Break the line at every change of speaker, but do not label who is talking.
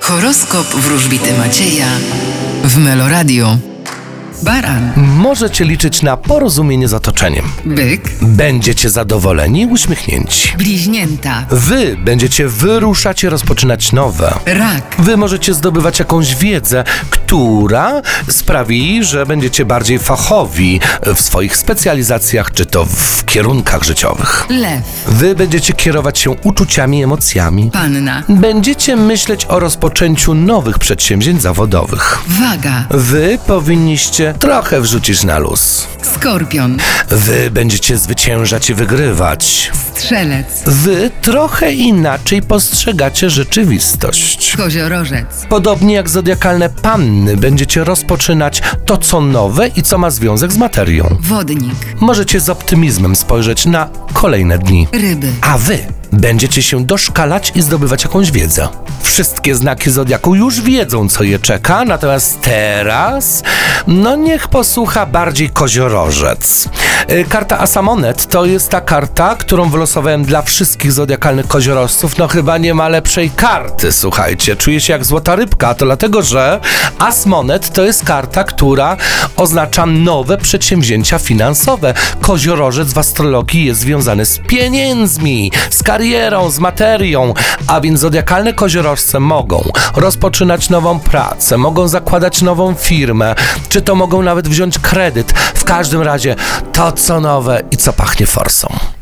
Horoskop wróżbity Macieja w Meloradio. Baran,
Możecie liczyć na porozumienie z otoczeniem.
byk,
Będziecie zadowoleni i uśmiechnięci.
bliźnięta,
Wy będziecie wyruszać i rozpoczynać nowe.
rak,
Wy możecie zdobywać jakąś wiedzę, która sprawi, że będziecie bardziej fachowi w swoich specjalizacjach, czy to w kierunkach życiowych.
lew,
Wy będziecie kierować się uczuciami i emocjami.
panna,
Będziecie myśleć o rozpoczęciu nowych przedsięwzięć zawodowych.
waga,
Wy powinniście trochę wrzucić na luz.
skorpion,
Wy będziecie zwyciężać i wygrywać.
strzelec,
Wy trochę inaczej postrzegacie rzeczywistość.
koziorożec,
Podobnie jak zodiakalne panny, będziecie rozpoczynać to, co nowe i co ma związek z materią.
wodnik,
Możecie z optymizmem spojrzeć na kolejne dni.
ryby,
A wy będziecie się doszkalać i zdobywać jakąś wiedzę. Wszystkie znaki zodiaku już wiedzą, co je czeka, natomiast teraz, no niech posłucha bardziej koziorożec. Y, Karta Asamonet to jest ta karta, którą wylosowałem dla wszystkich zodiakalnych koziorożców. No chyba nie ma lepszej karty, słuchajcie. Czuję się jak złota rybka, a to dlatego, że Asmonet to jest karta, która oznacza nowe przedsięwzięcia finansowe. Koziorożec w astrologii jest związany z pieniędzmi, z karierą, z materią, a więc zodiakalne koziorożce mogą rozpoczynać nową pracę, mogą zakładać nową firmę, czy to mogą nawet wziąć kredyt. W każdym razie to, co nowe i co pachnie forsą.